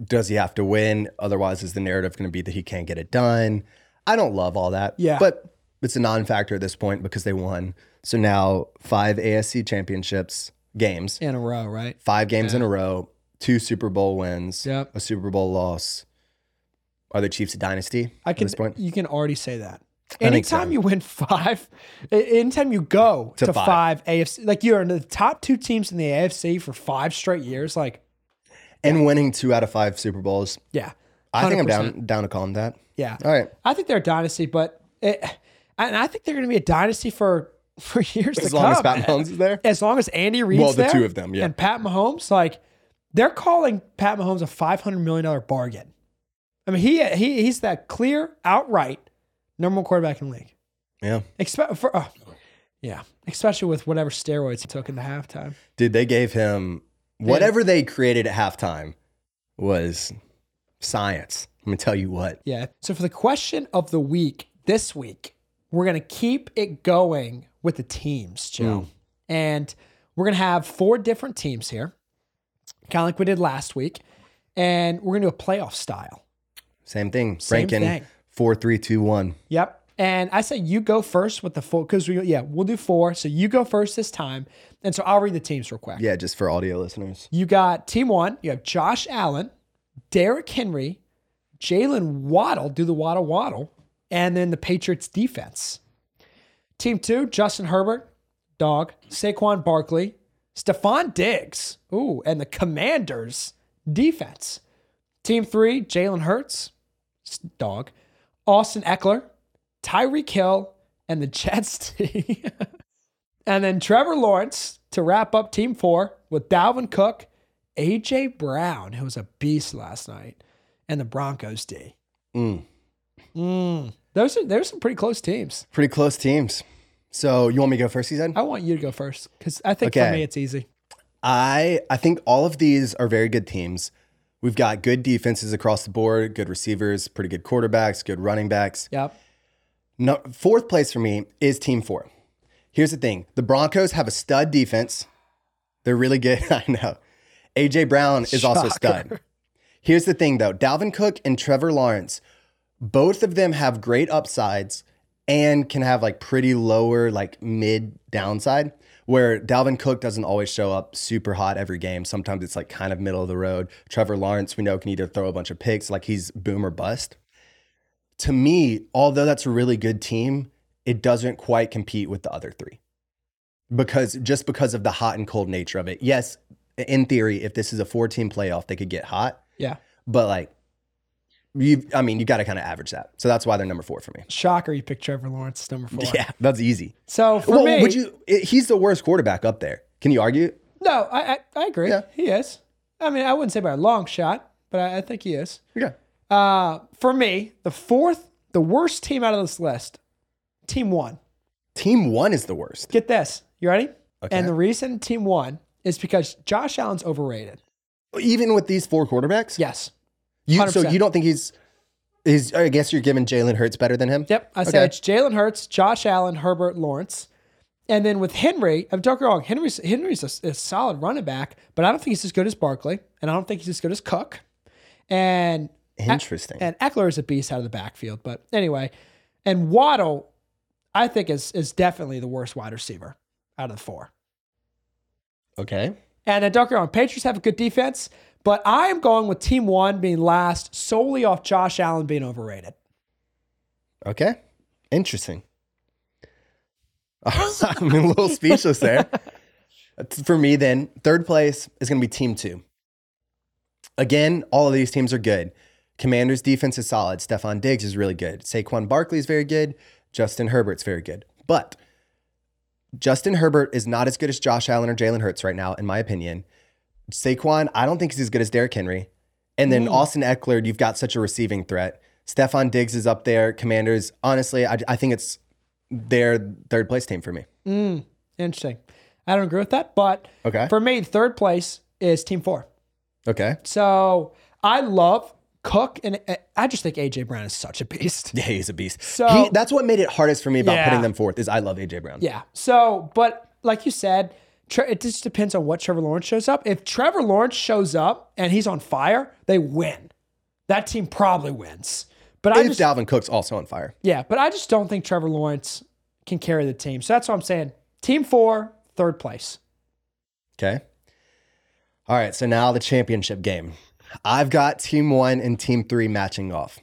Does he have to win? Otherwise, is the narrative going to be that he can't get it done? I don't love all that.
Yeah.
But it's a non factor at this point because they won. So now five ASC championships games,
In a row, right?
five games in a row, two Super Bowl wins,
Yep.
a Super Bowl loss. Are the Chiefs a dynasty
I
at
can.
this point?
You can already say that.
think
Anytime
so.
you win five, a- anytime you go to,
To
five.
five.
AFC, like you're in the top two teams in the AFC for five straight years, like
And winning two out of five Super Bowls.
yeah,
I think I'm
100%.
down down to call him that.
Yeah,
All right.
I think they're a dynasty, but it, and I think they're going to be a dynasty for for years
as
to
long
come.
as Pat
man.
Mahomes is there.
as long as Andy Reid's
Well, the
there
two of them, yeah.
and Pat Mahomes, like they're calling Pat Mahomes a five hundred million dollar bargain. I mean, he he he's that clear, outright number one quarterback in the league.
Yeah,
Expe- for, oh, yeah, especially with whatever steroids he took in the halftime.
dude, they gave him whatever they created at halftime was science. Let me tell you what.
Yeah. So for the question of the week this week, we're gonna keep it going with the teams,
Hmm.
Joe, and we're gonna have four different teams here, kind of like we did last week, and we're gonna do a playoff style.
Same thing.
Same
Rankin
thing.
four, three, two, one.
Yep. And I say you go first with the four because we yeah we'll do four. So you go first this time, and so I'll read the teams real quick.
Yeah, just for audio listeners.
You got team one. You have Josh Allen, Derrick Henry, Jalen Waddle. Do the waddle waddle, and then the Patriots defense. Team two: Justin Herbert, dog Saquon Barkley, Stephon Diggs. Ooh, and the Commanders defense. Team three: Jalen Hurts, s- dog, Austin Eckler, Tyreek Hill, and the Jets. team. and then Trevor Lawrence, to wrap up Team Four with Dalvin Cook, AJ Brown, who was a beast last night, and the Broncos D.
Mm.
Mm. Those are there's some pretty close teams.
Pretty close teams. So you want me to go first, season?
I want you to go first because I think for
Okay.
me it's easy.
I I think all of these are very good teams. We've got good defenses across the board, good receivers, pretty good quarterbacks, good running backs.
Yep.
No, fourth place for me is Team Four. Here's the thing: the Broncos have a stud defense. They're really good. I know. AJ Brown is also a stud. Here's the thing, though: Dalvin Cook and Trevor Lawrence, both of them have great upsides and can have like pretty lower, like mid downside. Where Dalvin Cook doesn't always show up super hot every game. Sometimes it's like kind of middle of the road. Trevor Lawrence, we know, can either throw a bunch of picks, like he's boom or bust to me, although that's a really good team, it doesn't quite compete with the other three because just because of the hot and cold nature of it. Yes, in theory, if this is a four team playoff, they could get hot,
Yeah.
but like, you, I mean, you got to kind of average that. So that's why they're number four for me.
Shocker, you picked Trevor Lawrence as number four.
Yeah, that's easy.
So for
Well,
me,
would you? It, he's the worst quarterback up there. Can you argue?
no, I I, I agree.
Yeah.
He is. I mean, I wouldn't say by a long shot, but I, I think he is.
Yeah.
Uh, for me, the fourth, the worst team out of this list, Team One.
Team one is the worst.
Get this. You ready?
Okay.
And the reason Team One is because Josh Allen's overrated.
Even with these four quarterbacks,
Yes.
you, so
100%.
you don't think he's? Is I guess you're giving Jalen Hurts better than him.
Yep. I
Okay.
said it's Jalen Hurts, Josh Allen, Herbert, Lawrence. And then with Henry, I'm talking wrong. Henry's Henry's a, a solid running back, but I don't think he's as good as Barkley, and I don't think he's as good as Cook. And
Interesting.
and Eckler is a beast out of the backfield, but anyway, and Waddle, I think is is definitely the worst wide receiver out of the four.
okay.
And then don't get me wrong, Patriots have a good defense, but I am going with Team One being last solely off Josh Allen being overrated.
Okay. Interesting. I'm a little speechless there. That's- For me, then, third place is going to be team two. Again, all of these teams are good. Commander's defense is solid. Stephon Diggs is really good. Saquon Barkley is very good. Justin Herbert's very good. But Justin Herbert is not as good as Josh Allen or Jalen Hurts right now, in my opinion. Saquon, I don't think he's as good as Derrick Henry. And
Mm.
then Austin Eckler, you've got such a receiving threat. Stefan Diggs is up there. Commanders, honestly, I, I think it's their third place team for me.
Interesting. I don't agree with that, but
Okay.
for me, third place is Team Four.
okay.
So I love Cook, and uh, I just think AJ Brown is such a beast.
Yeah, he's a beast.
So-
he, that's what made it hardest for me about
Yeah.
putting them fourth is I love AJ Brown.
Yeah. So, but like you said, tre- it just depends on what Trevor Lawrence shows up. If Trevor Lawrence shows up and he's on fire, they win. That team probably wins. But I
If
just
Dalvin Cook's also on fire.
Yeah, but I just don't think Trevor Lawrence can carry the team. So that's what I'm saying. Team four, third place.
Okay. All right. So now the championship game. I've got team one and team three matching off.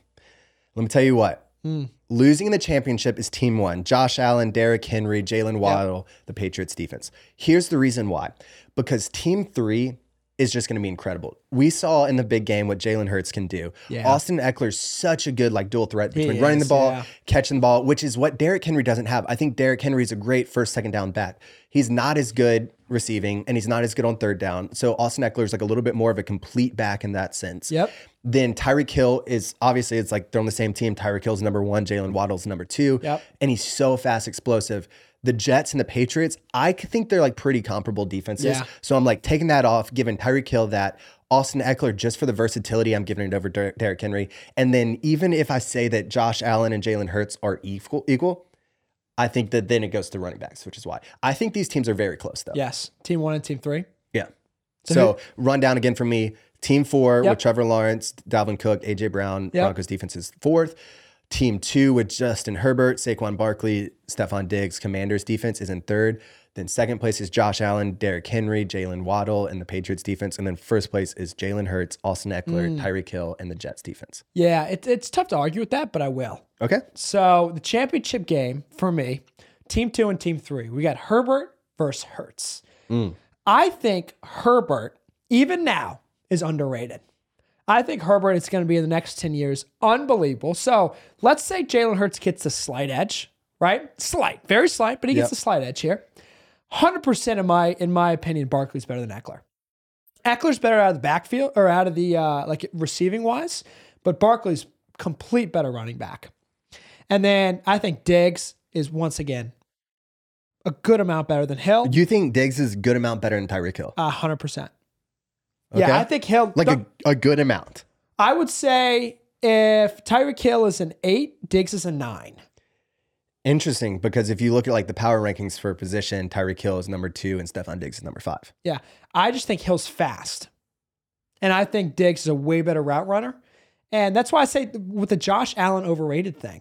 Let me tell you what.
Hmm.
Losing in the championship is team one. Josh Allen, Derrick Henry, Jalen Waddle, the Patriots defense. Here's the reason why. Because team three is just going to be incredible. We saw in the big game what Jalen Hurts can do.
Yeah.
Austin Eckler's such a good like dual threat between
He
running the
is,
ball,
yeah.
catching the ball, which is what Derrick Henry doesn't have. I think Derrick Henry is a great first, second down back. He's not as good receiving and he's not as good on third down. So Austin Eckler is like a little bit more of a complete back in that sense.
Yep.
Then Tyreek Hill is obviously it's like they're on the same team. Tyreek Hill's number one, Jalen Waddle's number two.
Yep.
And he's so fast, explosive. The Jets and the Patriots, I c- think they're like pretty comparable defenses.
Yeah.
So I'm like taking that off, giving Tyreek Hill that. Austin Eckler, just for the versatility, I'm giving it over Der- Derrick Henry. And then even if I say that Josh Allen and Jalen Hurts are equal, equal, I think that then it goes to running backs, which is why I think these teams are very close though.
Yes. Team one and team three.
Yeah. So, rundown again for me. Team four
Yep.
with Trevor Lawrence, Dalvin Cook, AJ Brown, Broncos defense is fourth. Team two with Justin Herbert, Saquon Barkley, Stephon Diggs, Commanders defense is in third. Then second place is Josh Allen, Derrick Henry, Jalen Waddle, and the Patriots defense. And then first place is Jalen Hurts, Austin Eckler, Tyreek Hill, and the Jets defense.
Yeah, it, it's tough to argue with that, but I will.
Okay.
So the championship game for me, team two and team three, we got Herbert versus Hertz. I think Herbert, even now, is underrated. I think Herbert is going to be in the next 10 years unbelievable. So let's say Jalen Hurts gets the slight edge, right? Slight, very slight, but he gets
Yep.
the slight edge here. hundred percent in my in my opinion, Barkley's better than Eckler. Eckler's better out of the backfield or out of the uh, like receiving wise, but Barkley's complete better running back. And then I think Diggs is once again a good amount better than Hill.
You think Diggs is good amount better than Tyreek Hill?
A hundred percent.
Okay.
Yeah, I think Hill.
Like a, a good amount.
I would say if Tyreek Hill is an eight, Diggs is a nine.
Interesting because if you look at like the power rankings for position, Tyreek Hill is number two and Stefan Diggs is number five.
Yeah. I just think Hill's fast. And I think Diggs is a way better route runner. And that's why I say th- with the Josh Allen overrated thing.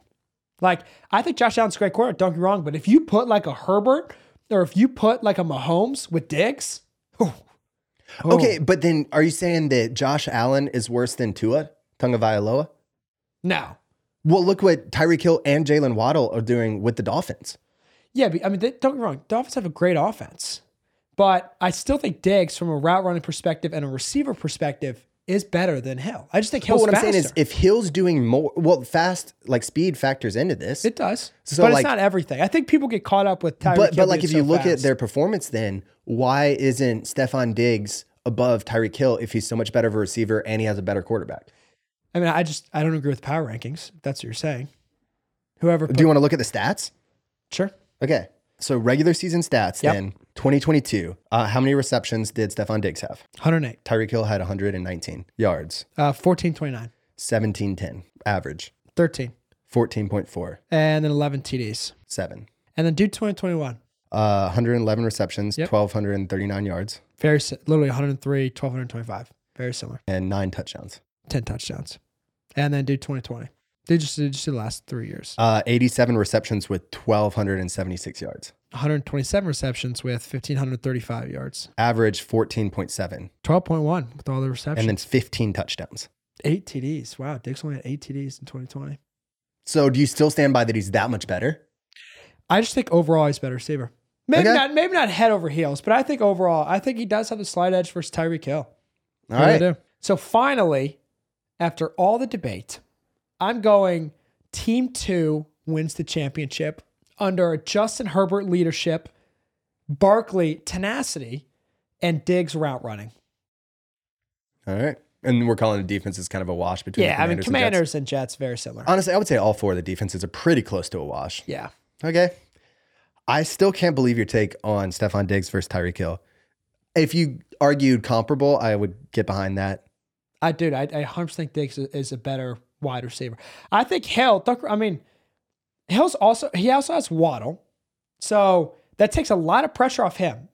Like, I think Josh Allen's a great quarterback, don't get me wrong, but if you put like a Herbert or if you put like a Mahomes with Diggs, oh, oh.
Okay, but then are you saying that Josh Allen is worse than Tua Tungavailoa?
No.
Well, look what Tyreek Hill and Jalen Waddle are doing with the Dolphins.
Yeah, but, I mean, they, don't get me wrong, Dolphins have a great offense. But I still think Diggs, from a route running perspective and a receiver perspective, is better than Hill. I just think
But
Hill's
what I'm
faster.
saying is, if Hill's doing more, well, fast like speed factors into this.
it does,
So,
but
like-
it's not everything. I think people get caught up with Tyreek.
but
Hill
but like
being
if you
so
look at
fast.
their performance, then why isn't Stefan Diggs above Tyreek Hill if he's so much better of a receiver and he has a better quarterback?
I mean, I just I don't agree with power rankings. if that's what you're saying. Whoever, put,
Do you want to look at the stats?
sure,
Okay. So regular season stats
Yep.
then 2022. Uh, how many receptions did Stefan Diggs have?
108,
Tyreek Hill had 119 yards,
uh, 14, 29,
1710 average,
13,
14.4,
and then 11 TDs,
7.
and then do 20, 21.
Uh, 111 receptions,
Yep.
1239 yards
Very si- literally 103, 1225. Very similar.
and 9 touchdowns.
10 touchdowns, and then do 2020. They just did just the last three years.
Uh, 87 receptions with 1276 yards.
127 receptions with 1535 yards.
Average 14.7
12.1 with all the receptions.
and then 15 touchdowns.
eight TDs. Wow, Diggs only had eight TDs in 2020.
So do you still stand by that he's that much better?
I just think overall he's a better receiver. Maybe
Okay.
not maybe not head over heels, but I think overall, I think he does have the slight edge versus Tyreek Hill.
All
I really
right.
do. So finally, after all the debate, I'm going team two wins the championship under a Justin Herbert leadership, Barkley tenacity, and Diggs route running.
All right. And we're calling the defense is kind of a wash between the
Yeah, I mean,
and Jets. Uh,
Commanders and Jets, very similar.
Honestly, I would say all four of the defenses are pretty close to a wash.
yeah.
Okay. I still can't believe your take on Stefan Diggs versus Tyreek Hill. If you argued comparable, I would get behind that.
I dude, I, I 100% think Diggs is, is a better wide receiver. I think Hill, Tucker, I mean, Hill's also, he also has Waddle. So that takes a lot of pressure off him.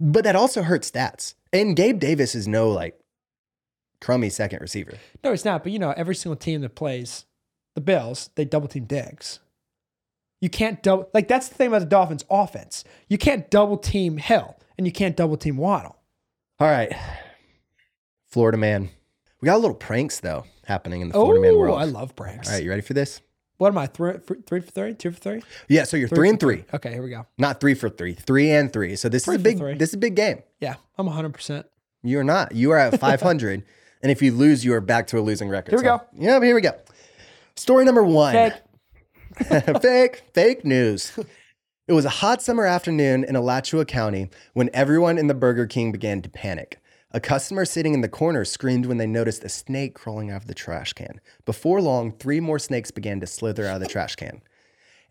But that also hurts stats. And Gabe Davis is no like crummy second receiver.
No, it's not. But you know, every single team that plays the Bills, they double team Diggs. You can't double, like, that's the thing about the Dolphins offense. You can't double team Hill and you can't double team Waddle.
All right. Florida man. We got a little pranks though happening in the Florida man
Ooh,
world.
I love Branks.
All right, you ready for this?
What am I, three, three for three? Two for three?
Yeah, so you're three, and three.
Okay, here we go.
Not three for three. Three and three. So this
Three
is a
for
big
three.
this is a big game.
Yeah, I'm 100%.
You're not. You are at 500. and if you lose, you are back to a losing record.
Here we
So-
go.
Yeah, here we go. Story number one
Fake.
fake, fake news. It was a hot summer afternoon in Alachua County when everyone in the Burger King began to panic. A customer sitting in the corner screamed when they noticed a snake crawling out of the trash can. Before long, three more snakes began to slither out of the trash can.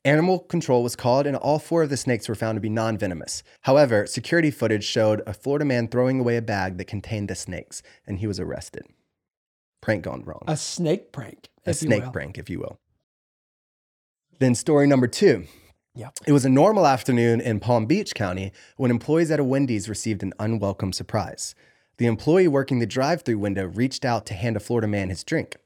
Animal control was called, and all four of the snakes were found to be non venomous. However, security footage showed a Florida man throwing away a bag that contained the snakes, and he was arrested. Prank gone wrong
A snake prank.
a
if you
snake
will.
prank, if you will. Then story number two.
Yep.
It was a normal afternoon in Palm Beach County when employees at a Wendy's received an unwelcome surprise. The employee working the drive-through window reached out to hand a Florida man his drink.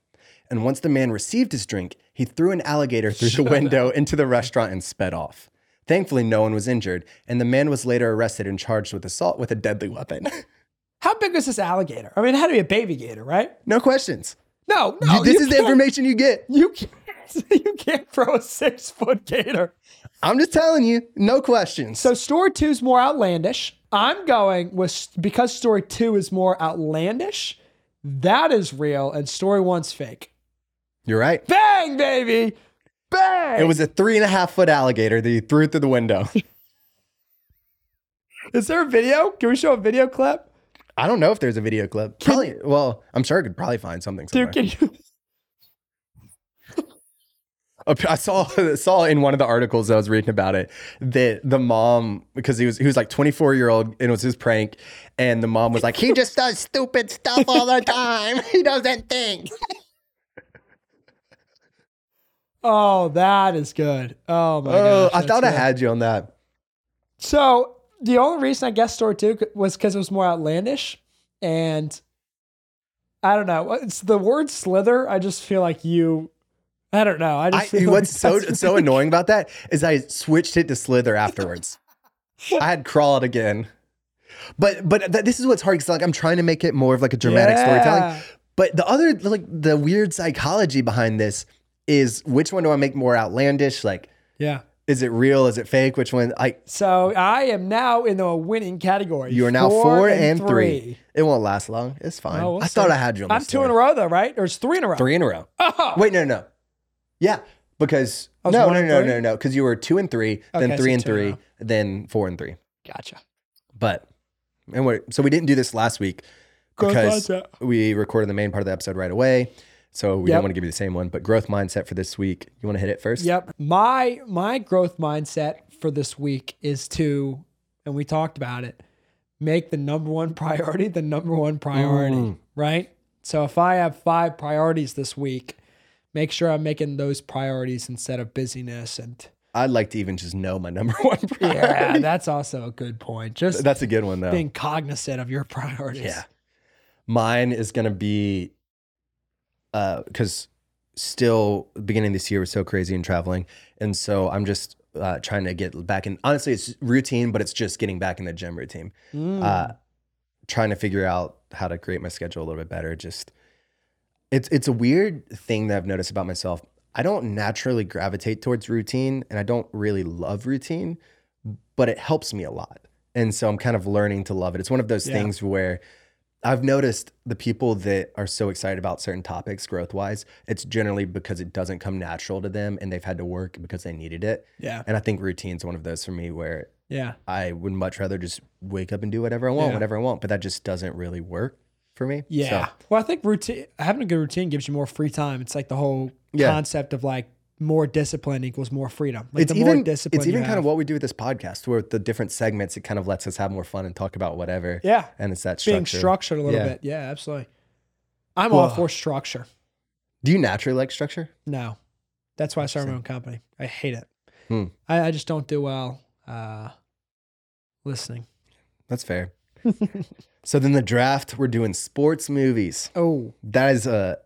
And once the man received his drink, he threw an alligator through the window into the restaurant and sped off. Thankfully, no one was injured, and the man was later arrested and charged with assault with a deadly weapon.
How big was this alligator? I mean, it had to be a baby gator, right?
no questions.
No, no.
this
you
is the
can't-
information you get.
You can't, you can't throw a six foot gator.
I'm just telling you, no questions.
So story two is more outlandish. I'm going with because story two is more outlandish. That is real, and story one's fake.
You're right.
Bang, baby, bang.
It was a three and a half foot alligator that he threw through the window.
Is there a video? Can we show a video clip?
I don't know if there's a video clip. Probably. Well, I'm sure I could probably find something somewhere.
Dude, can you?
Up- I saw saw in one of the articles I was reading about it that the mom because he was he was like 24 year old and it was his prank and the mom was like he just does stupid stuff all the time he doesn't think
Oh, that is good. Oh my
oh
gosh.
I
that's
thought I
good.
had you on that
So the only reason I guessed store two was because it was more outlandish, and I don't know. It's the word slither. I just feel like you. I don't know. I
I,
just. feel like
what's so
that's-
so annoying about that is I switched it to slither afterwards I had crawled again but but th- this is what's hard because like I'm trying to make it more of like a dramatic storytelling
Yeah.
But the other, like, the weird psychology behind this is which one do I make more outlandish? Like,
Yeah.
is it real? Is it fake? Which one? I
So I am now in the winning category.
you are now four, and three. It won't last long. It's fine.
Oh, we'll
I thought
see.
I had you. On
I'm
this
two in a
story.
row though, right? Or it's three in a row.
Three in a row.
Oh,
Wait, no, no, yeah, because
I was
no,
one
no,
and
no,
three?
no, no, because you were two and three,
Okay,
then three
so
and
two in a
three,
row.
then four and three.
gotcha.
But and we so we didn't do this last week
Growth
because
mindset.
we recorded the main part of the episode right away. So we
Yep.
don't want to give you the same one. But growth mindset for this week. You want to hit it first?
Yep. My my growth mindset for this week is to, and we talked about it, make the number one priority the number one priority.
Mm.
Right? So if I have five priorities this week, make sure I'm making those priorities instead of busyness and
I'd like to even just know my number one priority.
yeah, that's also a good point. Just
That's a good one though.
being cognizant of your priorities.
Yeah. Mine is gonna be uh because still the beginning of this year was so crazy and traveling. And so I'm just uh, trying to get back in honestly it's routine, but it's just getting back in the gym routine.
Mm.
Uh trying to figure out how to create my schedule a little bit better. Just it's it's a weird thing that I've noticed about myself. I don't naturally gravitate towards routine and I don't really love routine, but it helps me a lot. And so I'm kind of learning to love it. It's one of those
Yeah.
things where I've noticed the people that are so excited about certain topics growth wise, it's generally because it doesn't come natural to them and they've had to work because they needed it.
yeah.
And I think routine's one of those for me where
Yeah.
I would much rather just wake up and do whatever I want,
Yeah.
whenever I want, but that just doesn't really work for me. So,
Yeah. Well, I think routine having a good routine gives you more free time. It's like the whole
Yeah.
concept of like more discipline equals more freedom. Like
it's
the
even
more discipline.
it's even kind of what we do with this podcast, where the different segments it kind of lets us have more fun and talk about whatever.
yeah,
And it's that
being
structure.
structured a little
Yeah.
bit. Yeah, absolutely. I'm all
Well-
for structure.
do you naturally like structure?
No, that's why I started my own company. I hate it.
Hmm.
I, I just don't do well uh, listening.
That's fair. so then the draft, we're doing sports movies.
Oh,
That is a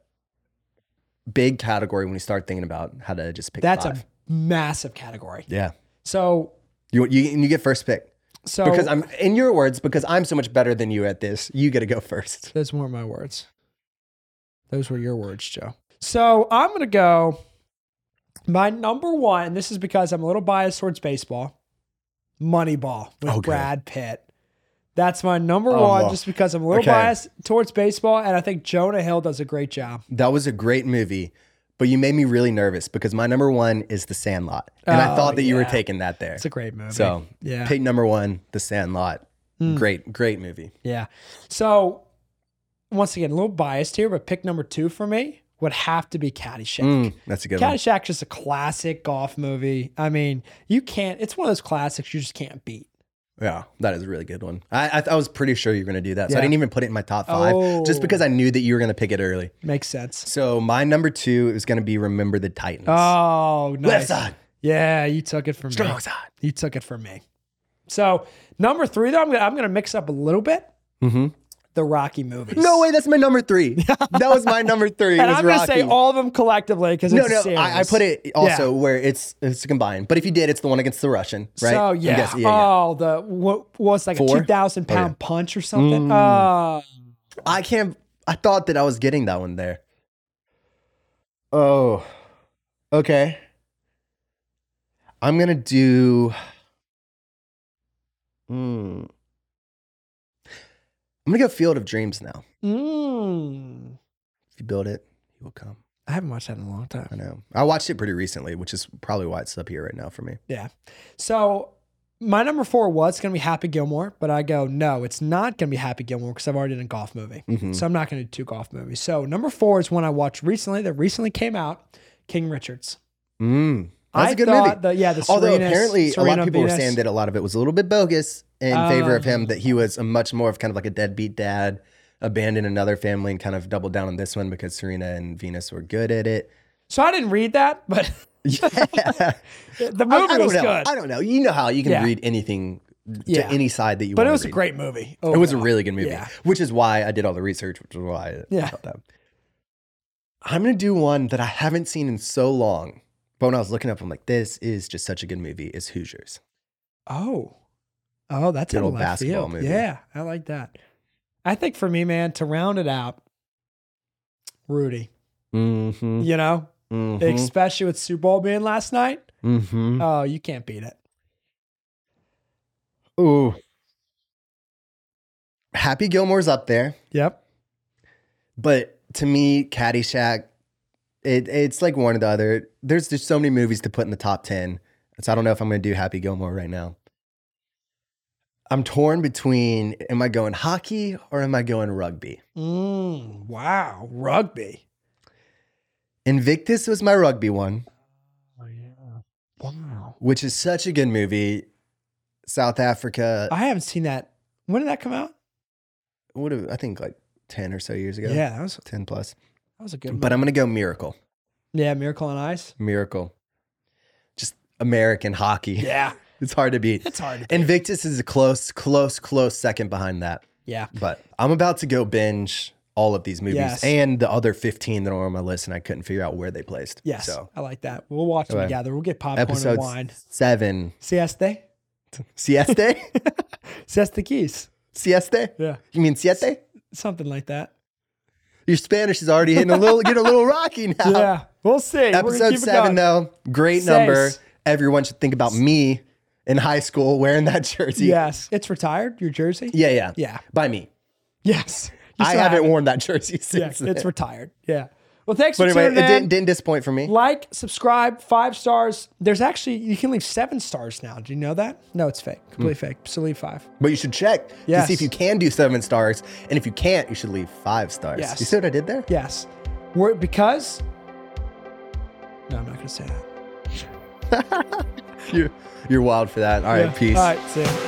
big category when you start thinking about how to just pick.
that's
five.
a massive category.
yeah.
So,
You you and you get first pick
so
because I'm in your words because I'm so much better than you at this. You get to go first.
Those weren't my words. Those were your words, Joe. So I'm going to go. My number one, and this is because I'm a little biased towards baseball, Moneyball with
Okay.
Brad Pitt. That's my number
Oh,
one,
well.
just because I'm a little
Okay.
biased towards baseball, and I think Jonah Hill does a great job.
That was a great movie, but you made me really nervous because my number one is The Sandlot, and I
Oh,
thought that you were
yeah.
taking that there.
It's a great movie.
So
yeah, Hmm.
pick number one, The Sandlot. Great, great movie.
Yeah. So once again, a little biased here, but pick number two for me would have to be Caddyshack.
Mm, that's a good one.
Caddyshack just a classic golf movie. I mean, you can't. It's one of those classics you just can't beat.
Yeah, that is a really good one. I, I, I was pretty sure you were going to do that, so
Yeah.
I didn't even put it in my top five
Oh.
just because I knew that you were going to pick it early.
Makes sense.
So my number two is going to be Remember the Titans.
Oh, nice.
Left side,
Yeah, you took it from me.
strong side.
You took it from me. So number three, though, I'm gonna I'm gonna mix up a little bit.
Mhm.
The Rocky movies.
No way, that's my number three. that was my number three.
And
was
I'm gonna say
Rocky.
all of them collectively because
No,
it's
no,
a series.
I, I put it also where it's it's combined. But if you did, it's the one against the Russian, right?
So
I'm
yeah.
guessing-
Oh, the what was like a
Four? Mm.
two thousand
Oh, yeah.
pound punch or something. Oh,
I can't. I thought that I was getting that one there. Oh, okay. I'm gonna do. Hmm. I'm gonna go Field of Dreams now.
Oh, Mm.
If you build it, he will come.
I haven't watched that in a long
I
time.
know. I watched it pretty recently, which is probably why it's up here right now for me.
Yeah. So My number four was going to be Happy Gilmore, but I go, no, it's not going to be Happy Gilmore because I've already done a golf movie.
Mm-hmm. Mm.
So I'm not going to do two golf movies. So number four is one I watched recently that recently came out King Richards.
Mm. That's
I
a good
thought
movie.
The, yeah, the
Although
Serena-
apparently a lot
Serena
of people were
Venus-
saying that a lot of it was a little bit bogus in favor of
Um,
him, that he was a much more of kind of like a deadbeat dad, abandoned another family and kind of doubled down on this one because Serena and Venus were good at it.
So I didn't read that, but
Yeah.
the
I,
movie
I don't
was
know.
good.
I don't know. You know how you can
Yeah.
read anything to
Yeah.
any side that you
But
want
it was
to
a
read.
great movie. Oh,
It was a really good movie,
Yeah.
which is why I did all the research, which is why I
Yeah.
thought that. I'm going to do one that I haven't seen in so long. But when I was looking up, I'm like, this is just such a good movie, is Hoosiers.
Oh, oh, that's
Good
a
old
left
basketball
field.
movie.
Yeah, I like that. I think for me, man, to round it out, Rudy.
Mm-hmm.
You know,
Mm-hmm.
especially with Super Bowl being last night.
mm-hmm.
Oh, you can't beat it.
Ooh. Happy Gilmore's up there,
Yep.
but to me, Caddyshack, it, it's like one or the other. There's just so many movies to put in the top 10. So I don't know if I'm going to do Happy Gilmore right now. I'm torn between am I going hockey or am I going rugby?
Mm, wow, rugby.
Invictus was my rugby one,
Oh yeah. Wow.
which is such a good movie. South Africa,
I haven't seen that. When did that come out?
what do- I think like 10 or so years ago.
Yeah, that was
10 plus.
that was a good.
But
one.
I'm going to go Miracle.
yeah, Miracle on Ice.
Miracle. Just American hockey.
Yeah,
It's hard to beat.
it's hard. To
Invictus is a close, close, close second behind that.
yeah.
But I'm about to go binge all of these movies
Yes.
and the other 15 that are on my list, and I couldn't figure out where they placed.
Yes,
So
I like that. We'll watch them
Okay.
together. We'll get popcorn
episode
and wine.
seven.
Sieste.
Sieste?
Sieste keys.
Sieste?
Yeah.
You mean siete?
Something like that.
Your Spanish is already hitting a little, getting a little rocky now.
Yeah. We'll see. We're gonna
Oh. Episode
keep it
seven,
going.
though, great
Seis.
number. Everyone should think about me in high school wearing that jersey.
Yes. It's retired, your jersey?
Yeah, yeah.
Yeah.
By me.
Yes. You
I
still
haven't
have it.
worn that jersey since.
Yes,
then.
it's retired. Yeah. Well, thanks
but
for
anyway,
tuning
it
in.
didn't, didn't disappoint for me.
like, subscribe, five stars. There's actually, you can leave seven stars now. Do you know that? No, it's
Hmm.
fake. Completely fake. So leave five.
But you should check to
Yes.
see if you can do seven stars, and if you can't, you should leave five stars.
Yes.
You see what I did there?
Yes. We're, because, no, I'm not going to say that.
You're, you're wild for that. All right,
Yeah.
peace.
All right. See ya.